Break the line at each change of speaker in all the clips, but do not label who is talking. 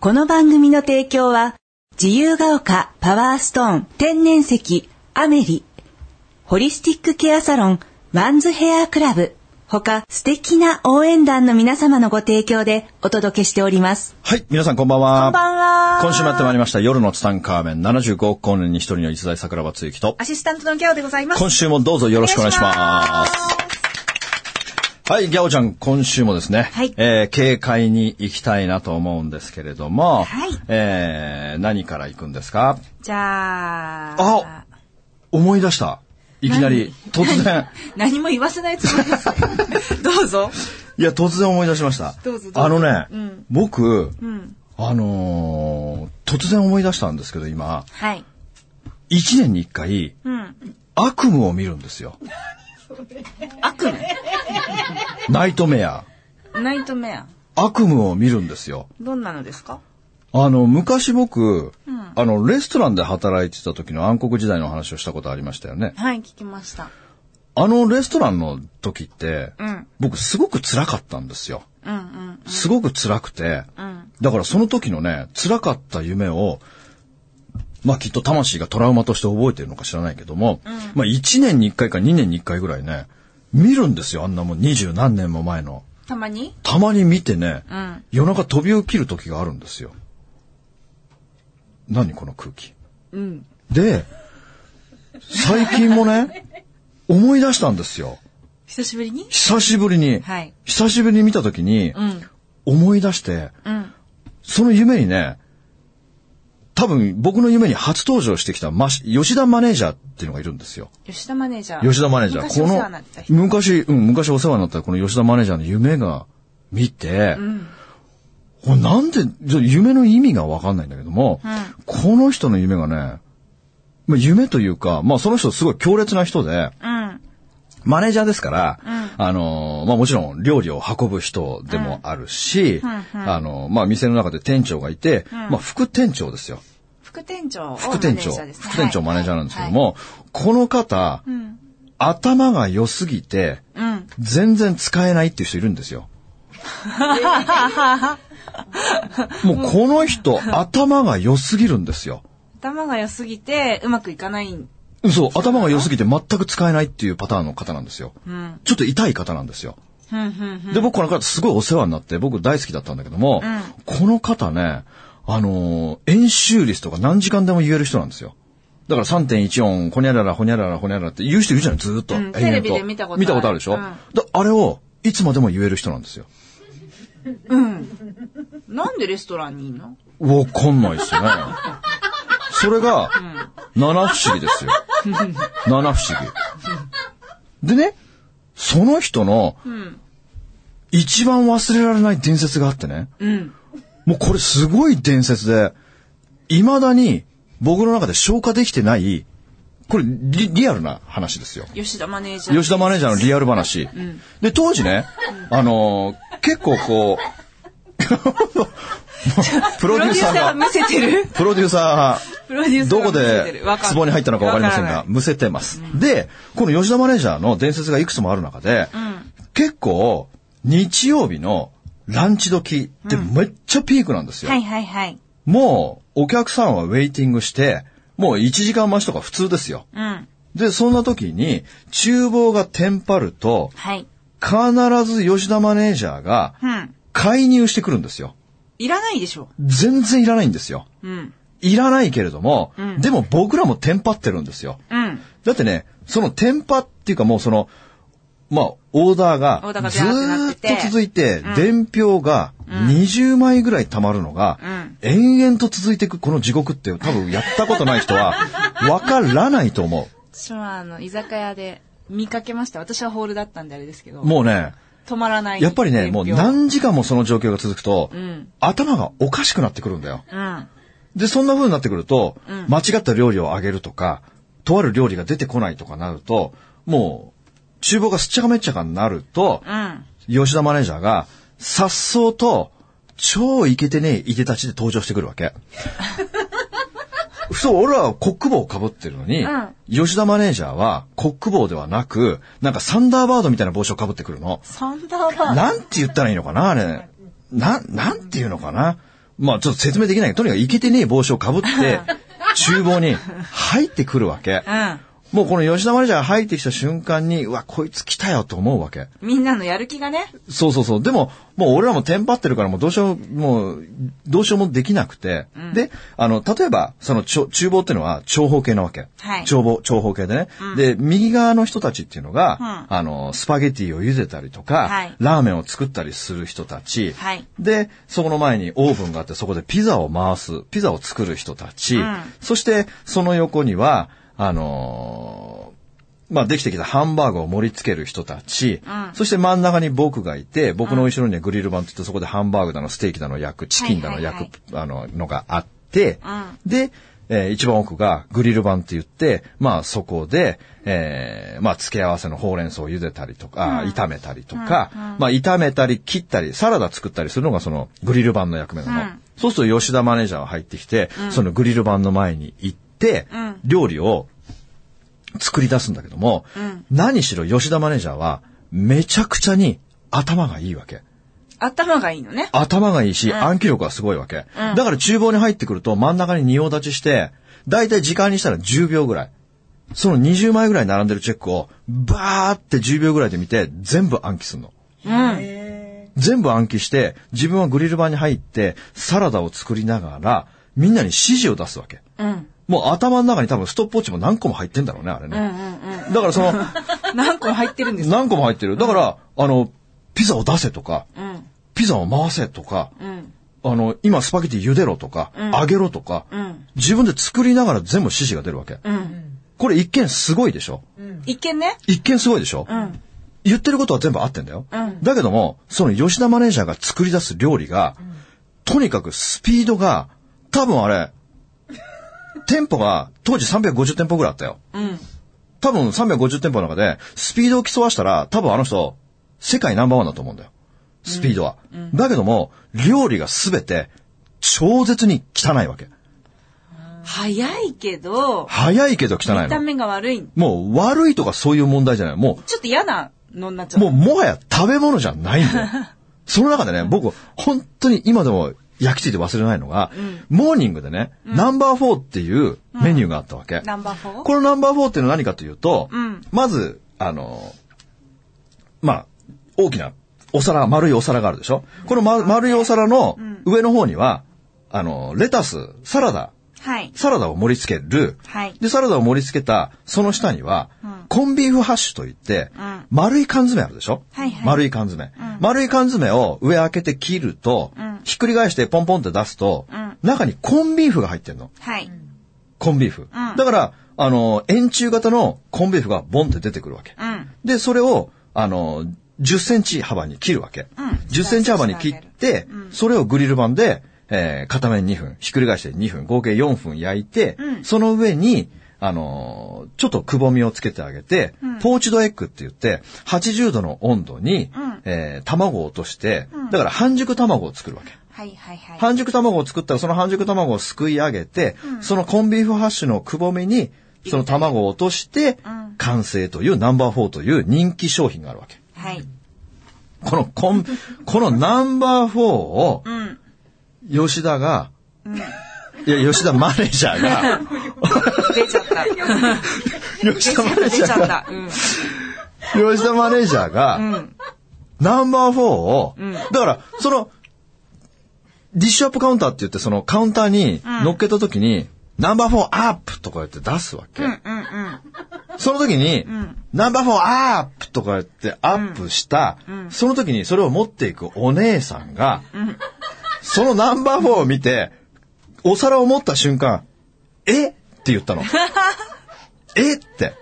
この番組の提供は、自由が丘パワーストーン天然石アメリ、ホリスティックケアサロンワンズヘアクラブ、他素敵な応援団の皆様のご提供でお届けしております。
はい、皆さんこんばんは。
こんばんは
今週もやってまいりました、夜のツタンカーメン75億光年に一人の逸材桜庭つゆきと、
アシスタントのギャオでございます。
今週もどうぞよろしくお願いします。はい、ギャオちゃん、今週もですね、
はい
えー警戒に行きたいなと思うんですけれども、
はい
えー何から行くんですか
じゃ
あ思い出した。いきなり、突然。
何も言わせないつもり です。どうぞ。
いや、突然思い出しました。
どうぞどうぞ
あのね、
うん
僕、
うん。
あのー突然思い出したんですけど、今、
はい。
1年に1回、
うん。
悪夢を見るんですよ。
悪夢。
ナイトメア。
ナイトメア。
悪夢を見るんですよ。
どんなのですか
あの、昔僕、
うん
あの、レストランで働いてた時の暗黒時代の話をしたことありましたよね。
はい、聞きました。
あのレストランの時って、
うん。
僕すごく辛かったんですよ。
うんうん。
すごく辛くて、
うん。
だからその時のね、辛かった夢を、まあきっと魂がトラウマとして覚えてるのか知らないけども、まあ1年に1回か2年に1回ぐらいね、見るんですよ、あんなもん二十何年も前の。
たまに
たまに見てね、
うん。
夜中飛び起きる時があるんですよ。何この空気。
うん。
で、最近もね、 思い出したんですよ。
久しぶりに
久しぶりに。
はい
久しぶりに見た時に、
ん。
思い出して、
うん。
その夢にね、多分僕の夢に初登場してきた、まし、吉田マネージャーっていうのがいるんですよ。
吉田マネージャー。
吉田マネージャー。
昔お世話になった人。
この、昔、うん、昔お世話になったこの吉田マネージャーの夢が見て、
うん。
これなんで、ちょ夢の意味がわかんないんだけども、
うん
この人の夢がね、まあ、夢というか、まあその人すごい強烈な人で、
うん。
マネージャーですから、
う
あのー、まあもちろん料理を運ぶ人でもあるし、
うんうんうん
あのー、まあ店の中で店長がいて、
ん
まあ副店長ですよ。
副店長をマネ
副店
ージ
長。
ャーですね。
副店長マネージャーなんですけど
はい。
も、この方、
はいうん。
頭が良すぎて、
うん。
全然使えないっていう人いるんですよ。もうこの人、頭が良すぎるんですよ。
頭が良すぎて、うまくいかない。うん。
そう、頭が良すぎて全く使えないっていうパターンの方なんですよ。
うん。
ちょっと痛い方なんですよ。
うん。うん。
で、僕この方すごいお世話になって、僕大好きだったんだけども、
うん
この方ね、あのー演習率とか何時間でも言える人なんですよ。だから3.14、ほにゃらら、ほにゃらら、ほにゃららって言う人いるじゃないずーっと、
うん
延々
テレビで見たことある
見たことあるでしょ、
うん
だあれを、いつまでも言える人なんですよ。
なんでレストランにいんの
わかんないですね。それが、七不思議ですよ。七不思議。でね、その人の
ん、
一番忘れられない伝説があってね、
うん。
もうこれすごい伝説で、未だに僕の中で消化できてない、これリリアルな話ですよ。
吉田マネージャー。
吉田マネージャーのリアル話。で、当時ね、あのー結構こう、 プロ
プ
デ
ロ
ュ
デュ
ー
ーサ
サー
ーが
が、
むせてる
プロデューサーが、
プロデューサー
ど
が
こ
むせてる
で
わかんない
壺に入ったのか分かりません
わ
が
か、らない
むせてます。で、この吉田マネージャーの伝説がいくつもある中で、結構、日曜日のランチ時ってめっちゃピークなんですよ。
はいはいはい。
もう、お客さんはウェイティングして、もう1時間待ちとか普通ですよ。
うん。
で、そんな時に、厨房がテンパると、
はい。
必ず吉田マネージャーが
うん。
介入してくるんですよ。
いらないでしょ。
全然いらないんですよ。
うん。
いらないけれども、
うん
でも僕らもテンパってるんですよ。
うん。
だってね、そのテンパっていうかもうその、まあ、オーダー
オーダー
が
が
ず
ずー
ー
っ
っ
となってて
と続いて、
うん
伝票が20枚ぐらい溜まるのが、
うん
延々と続いていくこの地獄って多分やったことない 人はわからないと思
私はあの、居酒屋で見かけました。私はホールだったんであれですけど。
う。もうね、
止まらない。
やっぱりね、もう
ん、
何時間もその状況が続くと、
うん。
頭がおかしくなってくるんだよ。
うん。
で、そんな風になってくると、
うん
間違った料理をあげるとか、とある料理が出てこないとかなると、もう、厨房がすっちゃかめっちゃかになると、
うん。
吉田マネージャーが、さっそうと、超イケてねえいでたちで登場してくる わけ。そう、俺はコック帽をかぶってるのに、
うん
吉田マネージャーはコック帽ではなく、なんかサンダーバードみたいな帽子をかぶってくるの。
サンダーバード。
なんて言ったらいいのかなあれ。な、なんて言うのかなまあちょっと説明できないけど、とにかくイケてねえ帽子をかぶって、厨房に入ってくるわけ。
うん。
もうこの吉田マネージャーが入ってきた瞬間に、うわ、こいつ来たよと思うわけ。
みんなのやる気がね。
そうそうそう。でも、もう俺らもテンパってるから、もうどうしよう、もう、どうしようもできなくて。で、あの、例えば、その、ちょ厨房っていうのは長方形なわけ。
はい
長方、長方形でね、で、右側の人たちっていうのが、
う
あの、スパゲティを茹でたりとか、
はい
ラーメンを作ったりする人たち。
はい
で、そこの前にオーブンがあって、そこでピザを回す、ピザを作る人たち。
うん
そして、その横には、あのーまあ、できてきたハンバーグを盛り付ける人たち、
うん
そして真ん中に僕がいて、僕の後ろにはグリル板って言って、そこでハンバーグだの、ステーキだの焼く、チキンだの
はいはいはい
焼く、あの、のがあって、
うん
で、えー一番奥がグリル板って言って、まあそこで、えーまあ付け合わせのほうれん草を茹でたりとか、あー炒めたりとか、まあ炒めたり切ったり、サラダ作ったりするのがそのグリル板の役目なの。
うん
そうすると吉田マネージャーが入ってきて、そのグリル板の前に行って、
うん
料理を作り出すんだけども、
ん
何しろ吉田マネージャーはめちゃくちゃに頭がいいわけ。
頭がいいのね。
頭がいいし、暗記力がすごいわけ。だから厨房に入ってくると真ん中に仁王立ちして、だいたい時間にしたら10秒ぐらい。その20枚ぐらい並んでるチェックを、バーって10秒ぐらいで見て、全部暗記するの。
うん。
全部暗記して、自分はグリル板に入って、サラダを作りながら、みんなに指示を出すわけ。
うん。
もう頭の中に多分ストップウォッチも何個も入ってんだろうね、あれ
うんうん
ね。
うん。
だからその、
何個入ってるんですか
何個も入ってる。だから、あの、ピザを出せとか、
うん。
ピザを回せとか、
うん。
あの、今スパゲティ茹でろとか、揚げろとか、
うん。
自分で作りながら全部指示が出るわけ。
うん。
これ一見すごいでしょ
一見ね。
一見すごいでしょ、
うん。
言ってることは全部合ってんだよ、
うん
だけども、その吉田マネージャーが作り出す料理が、とにかくスピードが、多分 あれ、店舗が当時350店舗ぐらいあったよ。
うん。
多分350店舗の中で、スピードを競わしたら、多分あの人、世界ナンバーワンだと思うんだよ。スピードは。だけども、料理がすべて、超絶に汚いわけ。
早いけど、
早いけど汚い
見た
の。
目が悪い。
もう悪いとかそういう問題じゃない。も
ちょっと嫌なのになっち
う、
ゃ
も
う。
うもはや食べ物じゃないんだよ。 その中でね、僕、本当に今でも焼きついて忘れないのが、モーニングでね、ナンバーフォーっていうメニューがあったわけ。
ナンバー 4?
このナンバーフォーっていうのは何かというと、
うん
まず、あの、まあ、大きなお皿、丸いお皿があるでしょこの、ま、丸いお皿の上の方には、あの、レタス、サラダ、
はい。
サラダを盛り付ける。
はい
で、サラダを盛り付けた、その下には、コンビーフハッシュといって、
うん
丸い缶詰あるでしょ、
はいはい
丸い缶詰、丸い缶詰を上開けて切ると、
ん
ひっくり返してポンポンって出すと、
ん
中にコンビーフが入ってんの。
はい。
コンビーフ。
ん
だから、あの、円柱型のコンビーフがボンって出てくるわけ。
うん。
で、それを、あの、10センチ幅に切るわけ。
うん
10センチ幅に切って、それをグリル板で、えー片面2分、ひっくり返して2分、合計4分焼いて、
うん
その上に、あのーちょっとくぼみをつけてあげて、ポーチドエッグって言って、80度の温度に、
うん
えー卵を落として、
ん
だから半熟卵を作るわけ。
はいはいはい。
半熟卵を作ったらその半熟卵をすくい上げて、そのコンビーフハッシュのくぼみにその卵を落として、
うん
完成というナンバー4という人気商品があるわけ。
はい。
このコン、このナンバー4を
うん。
吉田が、いや、吉田マネージャーが、
出ちゃった。
吉田マネー
出ち
ジャ
ゃ
ー
っ
が、
た。うん。
吉田マネージャーが、
うん。
ナンバー4を、
うん
だから、その、ディッシュアップカウンターって言って、そのカウンターに乗っけた時に、ナンバー4アップとかやって出すわけ。
うんうんうん。
その時に、ナンバーフォーアップとかやってアップした、その時にそれを持っていくお姉さんが、そのナンバーフォーを見て、お皿を持った瞬間、えって 言ったの。えって。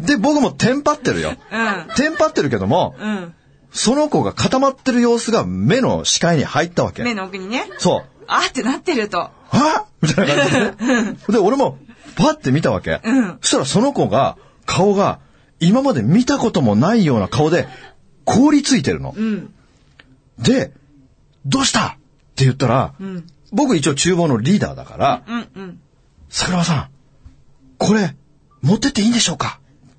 で、僕もテンパってるよ。
うん。
テンパってるけども、
うん。
その子が固まってる様子が目の視界に入ったわけ。
目の奥にね。
そう。
あーってなってると。
はみたいな感じで。で、俺も、パッて見たわけ。
うん
そしたらその子が、顔が、今まで見たこともないような顔で、凍りついてるの。
うん。
で、どうしたって言ったら、
ん
僕一応厨房のリーダーだから、
うんうん。
桜庭さん、これ、持ってっていいんでしょうか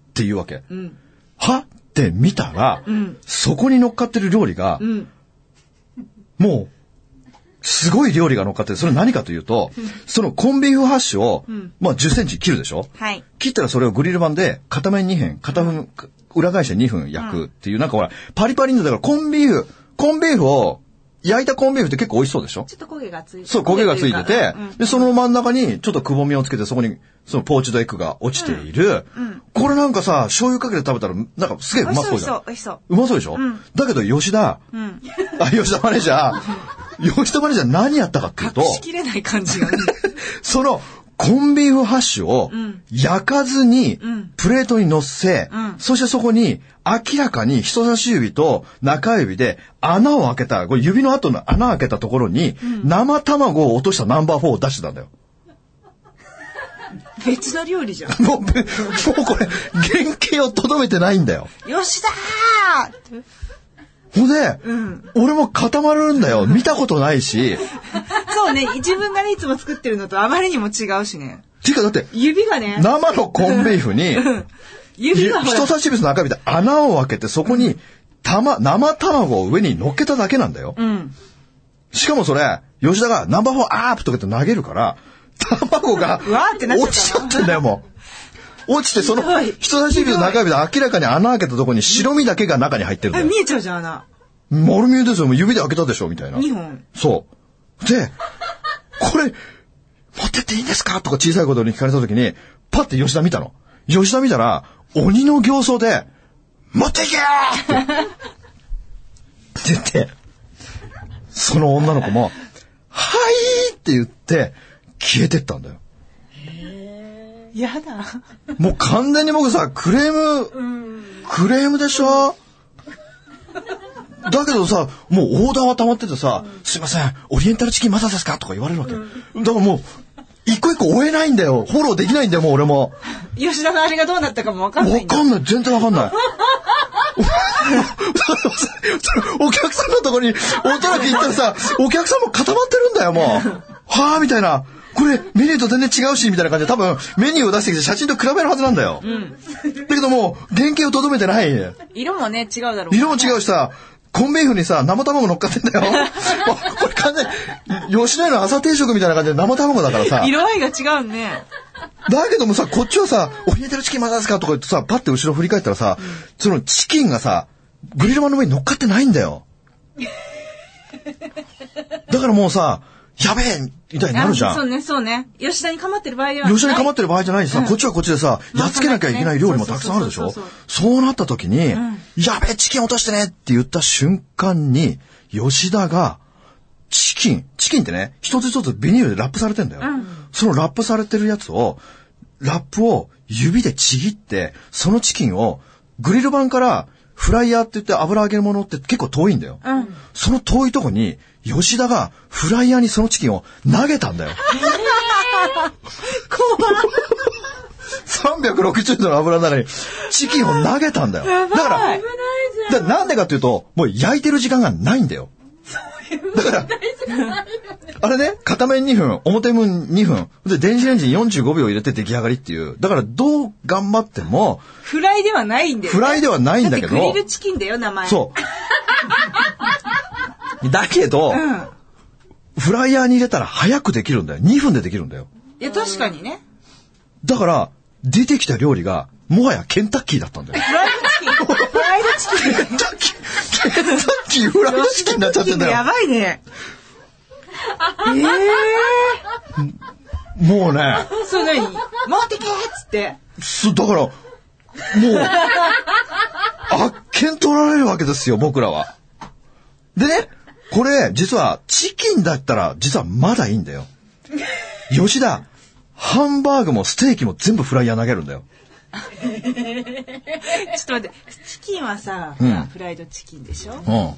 って言うわけ。
うん。
はって見たら、
ん
そこに乗っかってる料理が、
うん。
もう、すごい料理が乗っかってて、それ何かというと、そのコンビーフハッシュを、まあ10センチ切るでしょ
はい
切ったらそれをグリル板で片面2分、片分、裏返して2分焼くっていう、なんかほら、パリパリにだからコンビーフ、コンビーフを、焼いたコンビーフって結構美味しそうでしょ
ちょっと焦げがついて
そう、焦げがついて
とう
て
かうん、
で、その真ん中にちょっとくぼみをつけて、そこに、そのポーチドエッグが落ちている。これなんかさ、醤油かけて食べたら、なんかすげえう
美
ま
味しそう、美
そう
味し
じ
そ
ゃん
う、。美味しそう。
うまそうでしょ、だけど吉田、
ん
あ、吉田マネージャー、吉田マネージャー何やったかっていうと
隠、しきれない感じが。
そのコンビーフハッシュを焼かずにプレートに乗せ、
ん
そしてそこに明らかに人差し指と中指で穴を開けた、これ指の後の穴を開けたところに生卵を落としたナンバー4を出してたんだよ。
別の料理じゃん。
もう、もうこれ原型をとどめてないんだよ。
吉田ー
ほんで、俺も固まるんだよ。見たことないし。
そうね、自分がね、いつも作ってるのとあまりにも違うしね。
ていうかだって、
指がね、
生のコンビーフに、
指がほら
人差し指と中指で穴を開けて、そこに、たま、生卵を上に乗っけただけなんだよ。
うん。
しかもそれ、吉田がナンバーフォーアープとかって投げるから、卵が
うわーってなっちゃった
落ちちゃってんだよ、もう。落ちて、その
ひどい
人差し指と中指で明らかに穴開けたところに白身だけが中に入ってるんだ
え
よ。
見えちゃうじゃん、穴。
丸見えですよ、もう指で開けたでしょ、みたいな。
二本。
そう。で、これ、持ってっていいんですかとか小さい子供に聞かれた時に、パッて吉田見たの。吉田見たら、鬼の形相で、持っていけよって言って、その女の子も、はいって言って、消えてったんだよ。
やだ。
もう完全に僕さ、クレーム、クレームでしょだけどさ、もうオーダーは溜まっててさ、すいません、オリエンタルチキンまだですかとか言われるわけ。だからもう、一個一個追えないんだよ。フォローできないんだよ、もう俺も。
吉田のあれがどうなったかもわかんない
わ
んだ。
かんない、全然わかんない。 お客さんのとこに、おとらき行ったらさ、お客さんも固まってるんだよ、もう。はぁ、みたいな。これ、メニューと全然違うし、みたいな感じで、多分、メニューを出してきて写真と比べるはずなんだよ。だけどもう、原型をとどめてない。
色もね、違うだろう。
色も違うしさ、コンビーフにさ、生卵乗っかってんだよ。 あこれ完全に、吉野家の朝定食みたいな感じで生卵だからさ。
色合いが違うね。
だけどもさ、こっちはさ、オリエンタルチキンまだですかとか言ってさ、パッて後ろ振り返ったらさ、そのチキンがさ、グリル板の上に乗っかってないんだよ。だからもうさ、やべえみたいになるじゃ。
あそうんね、そうね。吉田に構ってる場 合ではない。
吉田に構ってる場合じゃないしさ、こっちはこっちでさ、やっつけなきゃいけない料理もたくさんあるでし
そ
ょ
うそうそう
そうなった時に、やべえ、チキン落としてねって言った瞬間に、吉田が、チキン、チキンってね、一つ一つビニールでラップされてんだよ。そのラップされてるやつを、ラップを指でちぎって、そのチキンをグリル板からフライヤーって言って油揚げるものって結構遠いんだよ。その遠いとこに、吉田がフライヤーにそのチキンを投げたんだよ。360度の油の中にチキンを投げたんだよ。だから、だからなんでかっていうと、もう焼いてる時間がないんだよ。だから、あれね、片面2分、表面2分、で、電子レンジに45秒入れて出来上がりっていう。だから、どう頑張っても、
フライではないんだよね。
フライではないんだけ
だ
ど
ってグリルチキンだよ、名前。
そう。だけど、
うん。
フライヤーに入れたら早くできるんだよ。2分でできるんだよ。
いや、確かにね。
だから、出てきた料理が、もはやケンタッキーだったんだよ。
フライドチキン。フライドチキン。
ケンタッキー、ケンタッキーフライドチキンになっちゃってんだよ
や。ばいね。え
もうね、
えー。そう何持ってけーっつって。
す、だから、もう、あっけん取られるわけですよ、僕らは。でね、これ、実は、チキンだったら、実はまだいいんだよ。吉田、ハンバーグもステーキも全部フライヤー投げるんだよ。
ちょっと待って。チキンはさ、
うん
フライドチキンでしょ
うん。
ハ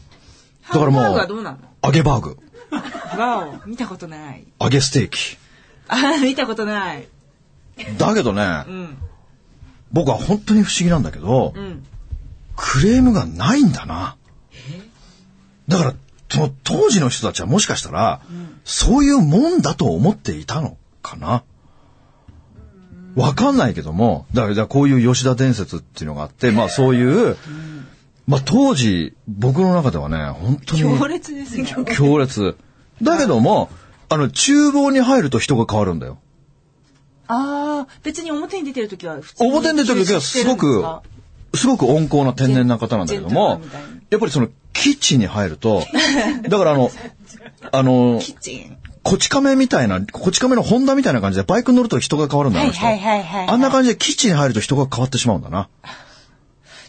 だから
ン
もう
バーグはどうなの
揚げバーグ、
わお、見たことない。
揚げステーキ。
あー見たことない。
だけどね
う、ん。
僕は本当に不思議なんだけど、
うん。
クレームがないんだな。だから、その当時の人たちはもしかしたら、そういうもんだと思っていたのかな。わかんないけども、だからだからこういう吉田伝説っていうのがあって、まあそういう、まあ当時、僕の中ではね、本当に
強烈ですね。
強烈。だけども、あの、厨房に入ると人が変わるんだよ。
ああ、別に表に出てる時は普通に
表に出てる時はすご
休止してるんで
く
か、
すごく温厚な天然な方なんだけ
ジェンジェント
ども
ルマンみたいな、
やっぱりその、キッチンに入 ると、だからあの、あの、
キッチン。
こち亀みたいな、こち亀のホンダみたいな感じでバイクに乗ると人が変わるんだよ、あの人
はいはいはいはいはい
あんな感じでキッチンに入ると人が変わってしまうん だな。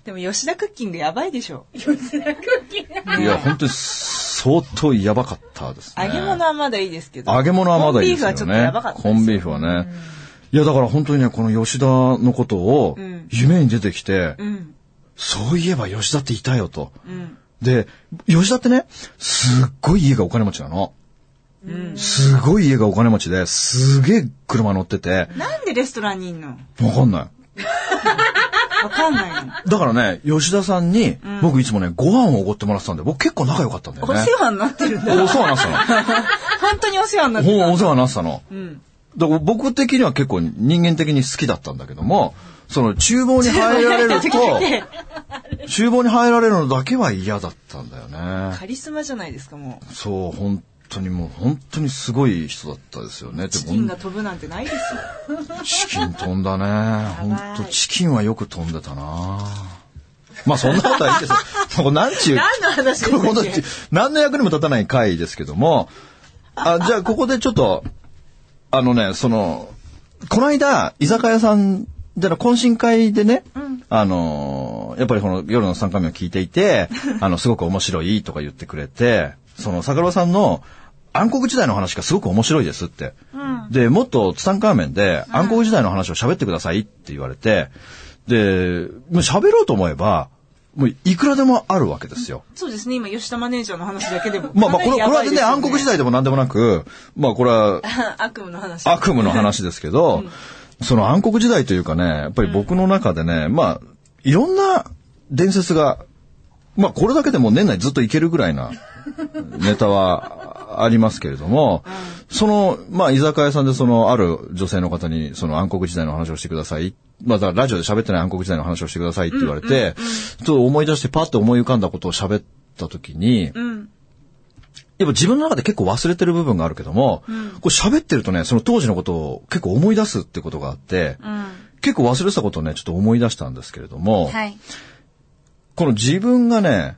でも吉田クッキングやばいでしょ。
いや、本当に相当やばかったですね。
揚げ物はまだいいですけど。
揚げ物はまだいいです
コ
よね。
ンビーフはちょっとやばかったです
コ
よ。
ンビーフはね。いや、だから本当にね、この吉田のことを
ん
夢に出てきて、
うん。
そういえば吉田っていたよと。
うん。
で、吉田ってね、すっごい家がお金持ちなの。
うん。
すごい家がお金持ちで、すげえ車乗ってて、
なんでレストランにいんの
わかんない。
わかんないの。
だからね、吉田さんに、僕いつもね、ご飯をおごってもらってたんで、僕結構仲良かったんだよ
お
ね。
世話になってるんだ。
お世話になってた
本当にお世話になっ
の。
てる。
ほんお世話になってたの。
うん。
だから僕的には結構人間的に好きだったんだけども、その厨房に入られると、厨房に入られるのだけは嫌だったんだよね。
カリスマじゃないですか、もう。
そう、本当にもう本当にすごい人だったですよね。でも
チキンが飛ぶなんてないですよ。
チキン飛んだね。ほんと、チキンはよく飛んでたな。まあそんなことはいいですよ。もうなんちゅう。
何の話でしたっけ
このち何の役にも立たない回ですけども。あ、じゃあここでちょっと、あのね、その、この間、居酒屋さん、じゃあ懇親会でね、あのーやっぱりこの夜の3回目を聞いていて、あの、すごく面白いとか言ってくれて、その、桜庭さんの暗黒時代の話がすごく面白いですって。で、もっとツタンカーメンで暗黒時代の話を喋ってくださいって言われて、で、もう喋ろうと思えば、もういくらでもあるわけですよ。
そうですね、今、吉田マネージャーの話だけでも。
まあまあ、これこれ
か
は
なり
全然暗黒時代でも何でもなく、まあこれは
やばいですよね。 悪夢の話。
悪夢の話ですけど、その暗黒時代というかね、やっぱり僕の中でね、まあ、いろんな伝説が、まあこれだけでもう年内ずっといけるぐらいなネタはありますけれども、その、まあ居酒屋さんでそのある女性の方にその暗黒時代の話をしてください。まあだからラジオで喋ってない暗黒時代の話をしてくださいって言われて、ちょっと思い出してパッと思い浮かんだことを喋った時に、
うん。
やっぱ自分の中で結構忘れてる部分があるけども、こう喋ってるとね、その当時のことを結構思い出すってことがあって、
うん。
結構忘れてたことをね、ちょっと思い出したんですけれども、
はい。
この自分がね、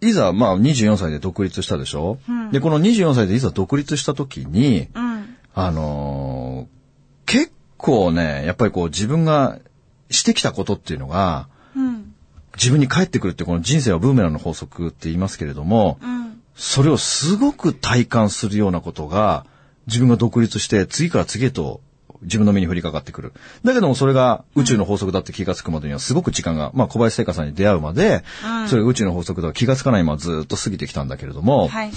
いざ、まあ24歳で独立したでしょ、で、この24歳でいざ独立した時に、
うん。
あのー結構ね、やっぱりこう自分がしてきたことっていうのが、
うん。
自分に返ってくるってこの人生はブーメランの法則って言いますけれども、
うん。
それをすごく体感するようなことが、自分が独立して、次から次へと自分の目に降りかかってくる。だけどもそれが宇宙の法則だって気がつくまでにはすごく時間が、まあ小林聖華さんに出会うまで、それが宇宙の法則だと気がつかないままずっと過ぎてきたんだけれども、
はい。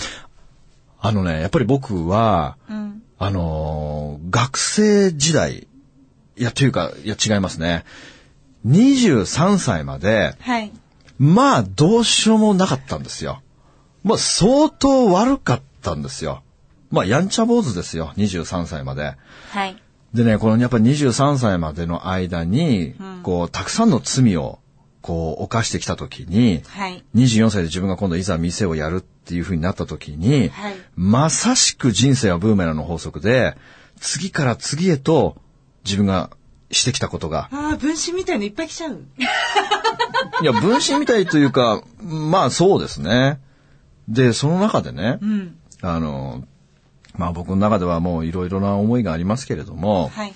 あのね、やっぱり僕は、
うん。
あのー学生時代、いや、というか、いや違いますね。23歳まで、
はい。
まあ、どうしようもなかったんですよ。まあ、相当悪かったんですよ。まあ、やんちゃ坊主ですよ。23歳まで。
はい。
でね、このやっぱり23歳までの間に、こう、たくさんの罪を、こう、犯してきたときに、
はい。
24歳で自分が今度いざ店をやるっていう風になった時に、
はい
まさしく人生はブーメランの法則で、次から次へと自分がしてきたことが、
ああ、分身みたいのいっぱい来ちゃう。
いや、分身みたいというか、まあそうですね。で、その中でね、
うん。
あの、まあ僕の中ではもういろいろな思いがありますけれども、
はい。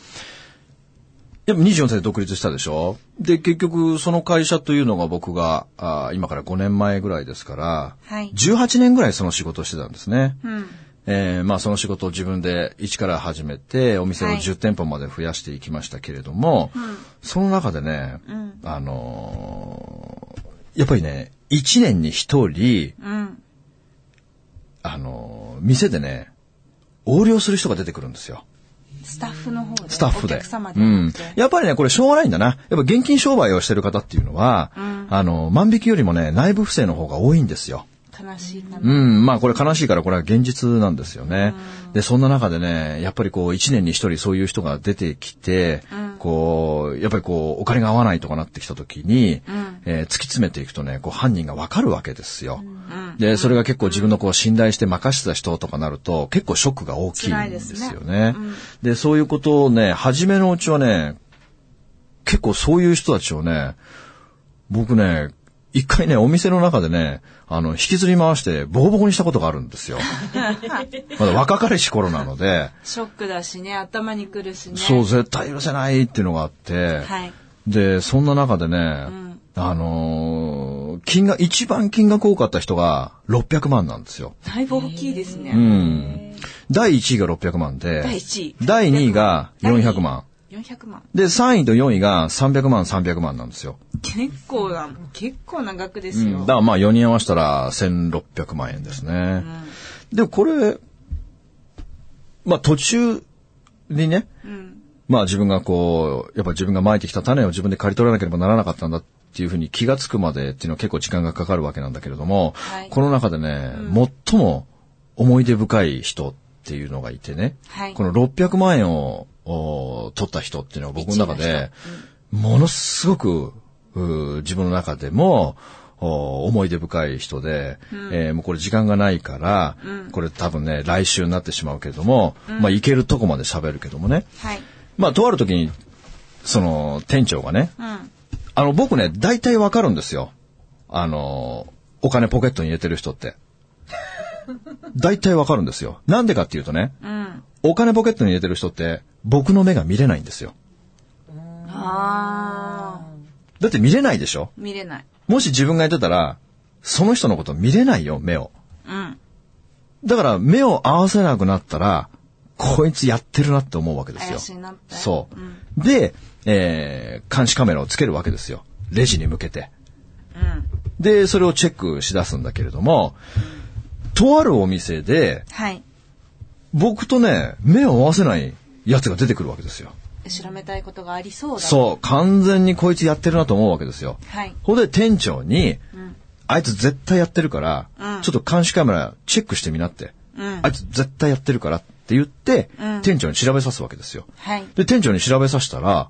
でも24歳で独立したでしょで、結局その会社というのが僕が、あ今から5年前ぐらいですから、
はい
18年ぐらいその仕事をしてたんですね。
うん。
えーまあその仕事を自分で一から始めて、お店を
はい
10店舗まで増やしていきましたけれども、その中でね、
ん
あのーやっぱりね、1年に1人、
うん。
あのー店でね、横領する人が出てくるんですよ。
スタッフの方で。
スタッフで。
お客様
う
で。
ん。やっぱりね、これしょうがないんだな。やっぱ現金商売をしてる方っていうのは、あの、万引きよりもね、内部不正の方が多いんですよ。
悲しいな。
うん、まあこれ悲しいからこれは現実なんですよね。で、そんな中でね、やっぱりこう一年に一人そういう人が出てきて、こう、やっぱりこうお金が合わないとかなってきた時に、えー突き詰めていくとね、こう犯人がわかるわけですよ。で、それが結構自分のこう信頼して任せた人とかなると結構ショックが大きいんですよね。で、そういうことをね、初めのうちはね、結構そういう人たちをね、僕ね、一回ね、お店の中でね、あの、引きずり回して、ボコボコにしたことがあるんです よ。まだ若かりし頃なので、
ショックだしね、頭にくるしね。
そう、絶対許せないっていうのがあって、
はい。
で、そんな中でね、あのー金額、一番金額多かった人が600万なんですよ。
だいぶ大きいですね。
うん。第1位が600万で、
第一位
第2位が400万。
400万。
で、3位と4位が300万、300万なんですよ。
結構な、結構な額ですよ。
だからまあ4人合わせたら1600万円ですね。で、これ、まあ途中にね、まあ自分がこう、やっぱ自分が撒いてきた種を自分で刈り取らなければならなかったんだっていうふうに気がつくまでっていうのは結構時間がかかるわけなんだけれども、
はい
この中でね、最も思い出深い人っていうのがいてね、
はい
この600万円をお取った人っていうのは僕の中で、ものすごく、うー自分の中でも、お思い出深い人で、えーもうこれ時間がないから、これ多分ね、来週になってしまうけれども、まあ行けるとこまで喋るけどもね、
はい。
まあとある時に、その店長がね、
うん。
あの僕ね、大体わかるんですよ。あの、お金ポケットに入れてる 人って。大体わかるんですよ。なんでかっていうとね、
うん。
お金ポケットに入れてる人って、僕の目が見れないんですよ。
あ
だって見れないでしょ
ー。見れない。
もし自分がやってたら、その人のこと見れないよ、目を。
うん。
だから目を合わせなくなったら、こいつやってるなって思うわけですよ。
怪しいなって
そう、で、えー監視カメラをつけるわけですよ。レジに向けて。
うん。
で、それをチェックしだすんだけれども、とあるお店で、
はい。
僕とね、目を合わせないやつが出てくるわけですよ。
後ろめたいことがありそうだ。
そう、完全にこいつやってるなと思うわけですよ。
はい。
ほんで店長に、あいつ絶対やってるから、
うん
ちょっと監視カメラチェックしてみなって。
うん
あいつ絶対やってるからって言って、
うん
店長に調べさすわけですよ。
はい。
で、店長に調べさせたら、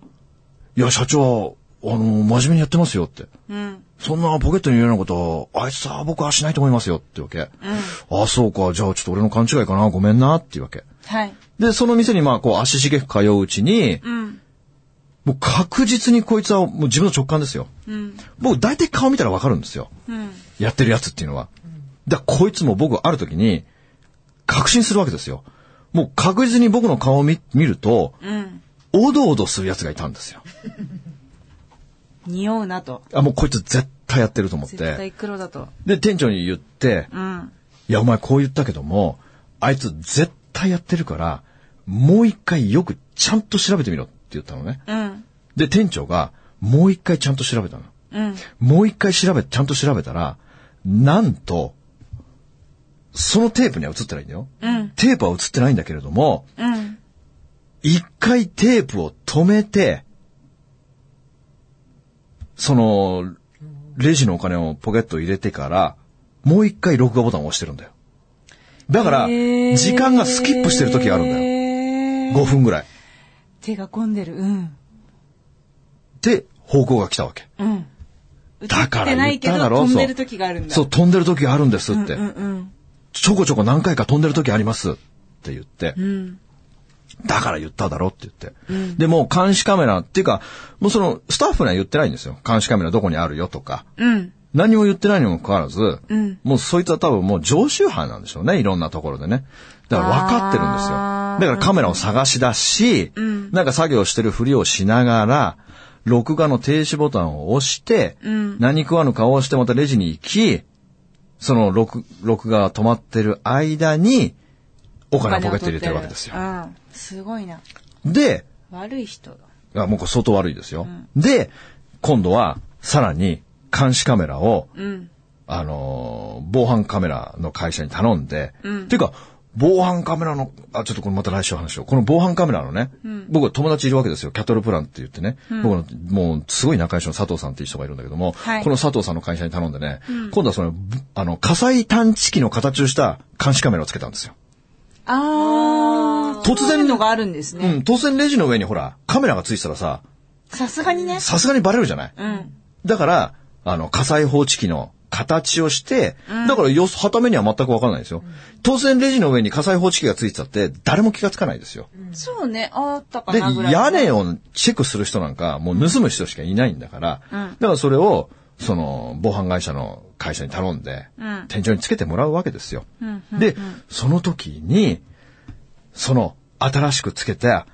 いや、社長、あの、真面目にやってますよって。
うん。
そんなポケットに入れるようなこと、あいつさ、僕はしないと思いますよってわけ。あ、そうか、じゃあちょっと俺の勘違いかな、ごめんなっていうわけ。
はい。
で、その店にまあ、こう、足しげく通ううちに、
うん。
もう確実にこいつはもう自分の直感ですよ。
うん。
僕、大体顔見たらわかるんですよ。
うん。
やってるやつっていうのは。だからこいつも僕はある時に、確信するわけですよ。もう確実に僕の顔を見見ると、
うん。
おどおどするやつがいたんですよ。
匂うなと。
あ、もうこいつ絶対やってると思っ
絶
て。
対黒だと。
で、店長に言って、
うん。
いや、お前こう言ったけども、あいつ絶対やってるから、もう一回よくちゃんと調べてみろって言ったのね。
うん。
で、店長が、もう一回ちゃんと調べたの。
うん。
もう一回調べ、ちゃんと調べたら、なんと、そのテープには映ってないんだよ。
うん
テープは映ってないんだけれども、
うん。
一回テープを止めて、その、レジのお金をポケット入れてから、もう一回録画ボタンを押してるんだよ。だから、
へー
時間がスキップしてる時があるんだよ。
へー
5分ぐらい。
手が込んでる。うん。
で、方向が来たわけ。
うん。
だか
映
ら
ってな
言
い
っ
けど
ただろ
飛んでる時があるんだ。
そう、飛んでる時があるんですって。
うんうん。
ちょこちょこ何回か飛んでる時ありますって言って、
うん。
だから言っただろって言って。で、もう監視カメラっていうか、もうそのスタッフには言ってないんですよ。監視カメラどこにあるよとか。
うん。
何も言ってないにもかかわらず、
うん
もうそいつは多分もう常習犯なんでしょうね。いろんなところでね。だから分かってるんですよ。
あー
だからカメラを探し出し、
ん
なんか作業してるふりをしながら、録画の停止ボタンを押して、
うん
何食わぬ顔をしてまたレジに行き、その録、録画が止まってる間に、お金をポケットに入れてるわけですよ
う。ん。すごいな。
で、
悪い人だ。
あもうこれ相当悪いですよ。で、今度はさらに監視カメラを、
うん。
あのー防犯カメラの会社に頼んで、っていうか、防犯カメラの、あ、ちょっとこれまた来週話を。この防犯カメラのね、僕は友達いるわけですよ。キャトルプランって言ってね、僕の、もう、すごい仲良しの佐藤さんっていう人がいるんだけども、
はい
この佐藤さんの会社に頼んでね、今度はその、ぶあの、火災探知機の形をした監視カメラをつけたんですよ。
ああ。
突然
そういうのがあるんです
う
ね。
ん、当然レジの上にほら、カメラがついてたらさ、
さすがにね。
さすがにバレるじゃない。
うん。
だから、あの、火災報知機の形をして、だからよ、はためには全くわからないですよ。当然レジの上に火災報知機がついてたって、誰も気がつかないですよ。
そうね。あったか
で、
なぐらい。
屋根をチェックする人なんか、もう盗む人しかいないんだから、だからそれを、その、防犯会社の会社に頼んで、
うん
天井につけてもらうわけですよ。
ん
で、その時に、その、新しくつけた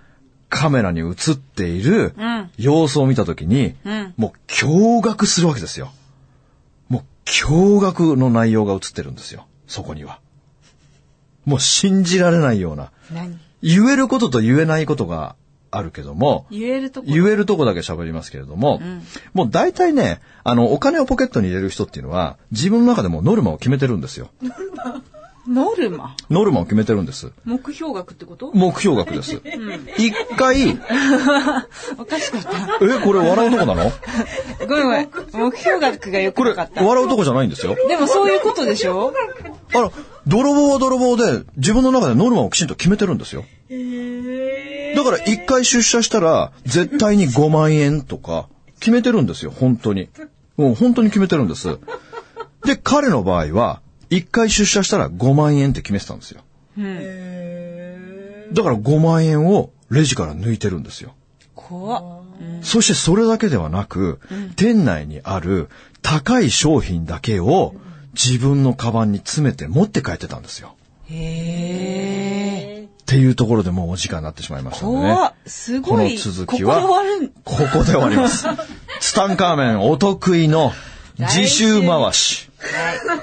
カメラに映っている
ん
様子を見た時に、
ん
もう驚愕するわけですよ。もう驚愕の内容が映ってるんですよ。そこには。もう信じられないような。
何
言えることと言えないことがあるけども、
言えるとこ。
言えるとこだけ喋りますけれども、もう大体ね、あの、お金をポケットに入れる人っていうのは、自分の中でもうノルマを決めてるんですよ。
ノルマ。
ノルマを決めてるんです。
目標額ってこと
目標額です。一回、え、
おかしかった。
これ笑うとこなの
ごめんごめん。目標額がよ
こ
くな
れ、
かった。
笑うとこじゃないんですよ。
でもそういうことでしょ
あら、泥棒は泥棒で、自分の中でノルマをきちんと決めてるんですよ。だから一回出社したら、絶対に5万円とか、決めてるんですよ、本当に。うん、本当に決めてるんです。で、彼の場合は、一回出社したら5万円って決めてたんですよ。
うん。
だから5万円をレジから抜いてるんですよ。
怖っ。うん
そしてそれだけではなく、店内にある高い商品だけを自分のカバンに詰めて持って帰ってたんですよ。
へえ。
っていうところでもうお時間になってしまいましたので、ね。
怖っ。す
こ
ご
の
い。
続きは、
ここで終わるん
ここで終わ ります。ツタンカーメンお得意の自習回し。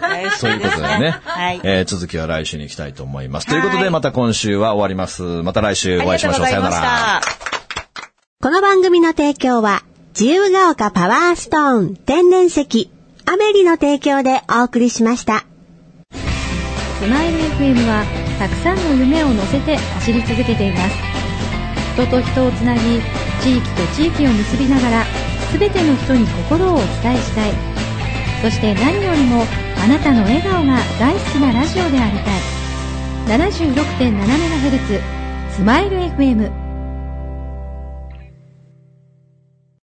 はい。
ということでね、
はい
えー続きは来週に行きたいと思います。ということで、また今週は終わります。また来週お会いしましょう。
あり
さ
がとう
よな
ございまし
ら。
た。
この番組の提供は、自由が丘パワーストーン天然石、アメリの提供でお送りしました。
スマイル FM はたくさんの夢を乗せて走り続けています人と人をつなぎ地域と地域を結びながら全ての人に心をお伝えしたいそして何よりもあなたの笑顔が大好きなラジオでありたい 76.7MHz スマイル FM